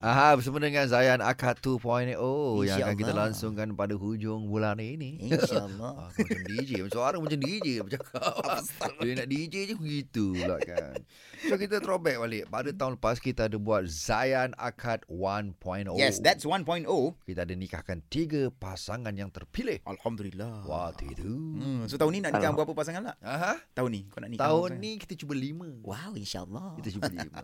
Aha, bersama dengan Zayan Akad 2.0 yang akan kita InsyaAllah. langsungkan pada hujung bulan ini. Ah, InsyaAllah kau macam DJ Macam Suara macam DJ Macam kau Dia nak DJ je begitu pula kan So kita throwback balik Pada tahun lepas Kita ada buat Zayan Akad 1.0 Oh. Yes that's oh. 1.0 Kita ada nikahkan Tiga pasangan yang terpilih Alhamdulillah Waktu itu Ah. hmm, So tahun ni nak nikah berapa pasangan lah? Aha, Tahun ni kau nak nikah Tahun berapa pasangan? ni kita cuba lima Wow insyaAllah Kita cuba lima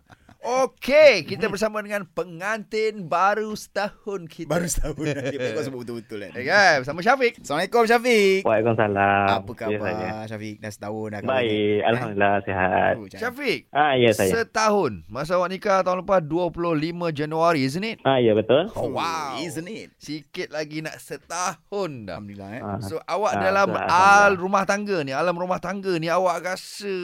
Okey Kita bersama dengan Pengantin baru setahun kita Baru setahun Dia baik kau sebut betul-betul kan Eh kan Bersama Syafiq Assalamukalam Syafiq Waalaikumsalam. Apa Ya, saya. khabar Eh? Syafiq Dah setahun dah kahwin ni. Baik, Alhamdulillah sihat. Oh, jangan. Syafiq Ah ya saya. Setahun Masa awak nikah tahun lepas 25 Januari Isn't it? Ah ya betul. Oh, Wow. Isn't it Sikit lagi nak setahun dah Alhamdulillah eh Ah. So awak Ah, dalam betul, al Alhamdulillah. rumah tangga ni Alam rumah tangga ni Awak rasa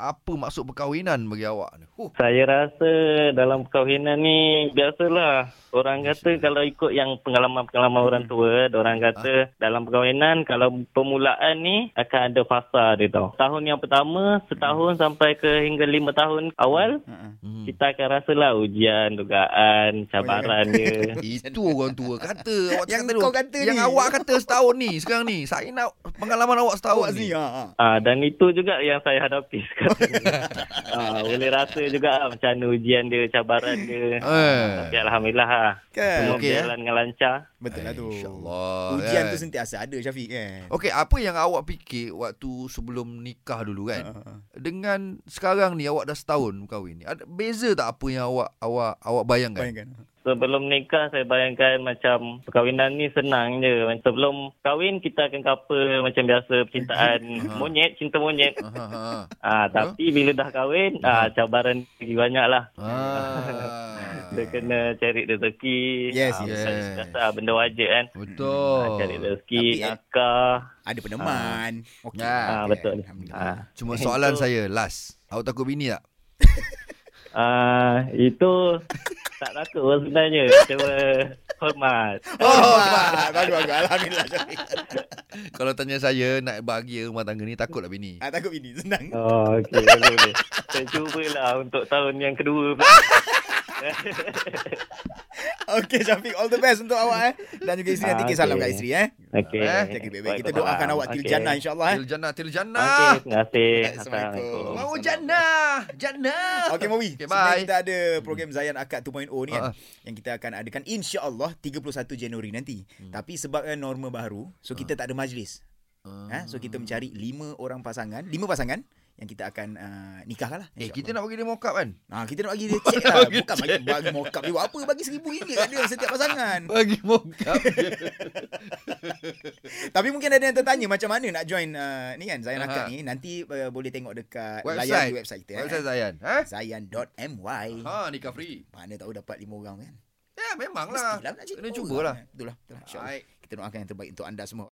Apa maksud perkahwinan bagi awak ni? Huh. Saya rasa dalam perkahwinan ni biasalah orang kata kalau ikut yang pengalaman-pengalaman orang Hmm. tua, orang Ah. kata dalam perkahwinan kalau permulaan ni akan ada fasa dia tau. Tahun yang pertama, Hmm. setahun sampai ke hingga lima tahun awal Ha-ha. Hmm. kita akan rasalah ujian, Oh, dugaan, cabaran ya. dia. Itu orang tua kata awak Yang tu. kau kata Yang ni. awak kata setahun ni Sekarang ni Saya nak pengalaman awak setahun Awak ni ni ha. Ah dan itu juga yang saya hadapi sekarang. ni. ah boleh rasa juga ah, macam mana ujian dia, cabaran dia. Eh. Tapi alhamdulillah ah. Kan Semua Okey, eh. okay, berjalan dengan lancar. Betul lah tu InsyaAllah Ujian kan. tu sentiasa ada Syafiq kan Okey, apa yang awak fikir waktu sebelum nikah dulu kan? Ha, ha. Dengan sekarang ni awak dah setahun kahwin ni. Ada beza tak apa yang awak awak awak bayangkan? Bayangkan Sebelum nikah saya bayangkan macam perkahwinan ni senang je. Macam Sebelum kahwin kita akan couple macam biasa percintaan Ah. monyet, cinta monyet. Ha ha. ha. Ah tapi bila dah kahwin ah cabaran lagi banyak lah. Ha. Ah. Dia kena cari rezeki. Yes, yes. ah, Oh. bukan biasa, ah, benda wajib kan. Ah, Betul. cari rezeki, Tapi, eh, nakah. Ada peneman Okey Ah, Ah, Okey, betul. Alhamdulillah Ah. Cuma Eh, soalan itu- saya last. Awak takut bini tak? Ah, itu tak takut pun sebenarnya. Cuma hormat. Oh, bagus, bagus. Alhamdulillah Syafiq. Kalau tanya saya nak bahagia rumah tangga ni takut tak bini? Ah, takut bini, senang. Oh, okey. Boleh, boleh. Saya cubalah untuk tahun yang kedua pula. Okey Syafiq, all the best untuk awak eh. Dan juga isteri Ah, nanti okey. salam kat isteri eh. Okey. Eh, Jaga baik-baik. Kita doakan awak til jannah insyaAllah eh. Til jannah, til Okey, jannah. terima kasih. Assalamualaikum. Assalamualaikum. Mau jannah, jannah. Okey Mawi, Okey, sebenarnya bye. Hmm. kita ada program Zayan Akad 2.0 ni kan Ah. yang kita akan adakan insya-Allah 31 Januari nanti. Hmm. Tapi sebabkan norma baru, so Ah. kita tak ada majlis. Ha? So kita mencari 5 orang pasangan, 5 pasangan yang kita akan uh, nikahkan lah. Eh, insyaAllah. kita nak Oh, ya. pergi demo cup kan? ha, kita nak bagi dia cek lah. Bukan bagi, bagi mokap dia. buat Apa bagi RM1,000 kat dia setiap pasangan. Bagi mokap Tapi mungkin ada yang tertanya macam mana nak join uh, ni kan Zayan Akad Aha. ni. Nanti uh, boleh tengok dekat website. layan Website di website kita. Website eh. Zayan Eh? Zayan.my. Ha nikah free Mana tahu dapat lima orang kan. Ya memanglah Mestilah nak cari Kena lima cubalah orang. Betul lah. Betul lah. InsyaAllah. Baik Kita doakan yang terbaik untuk anda semua.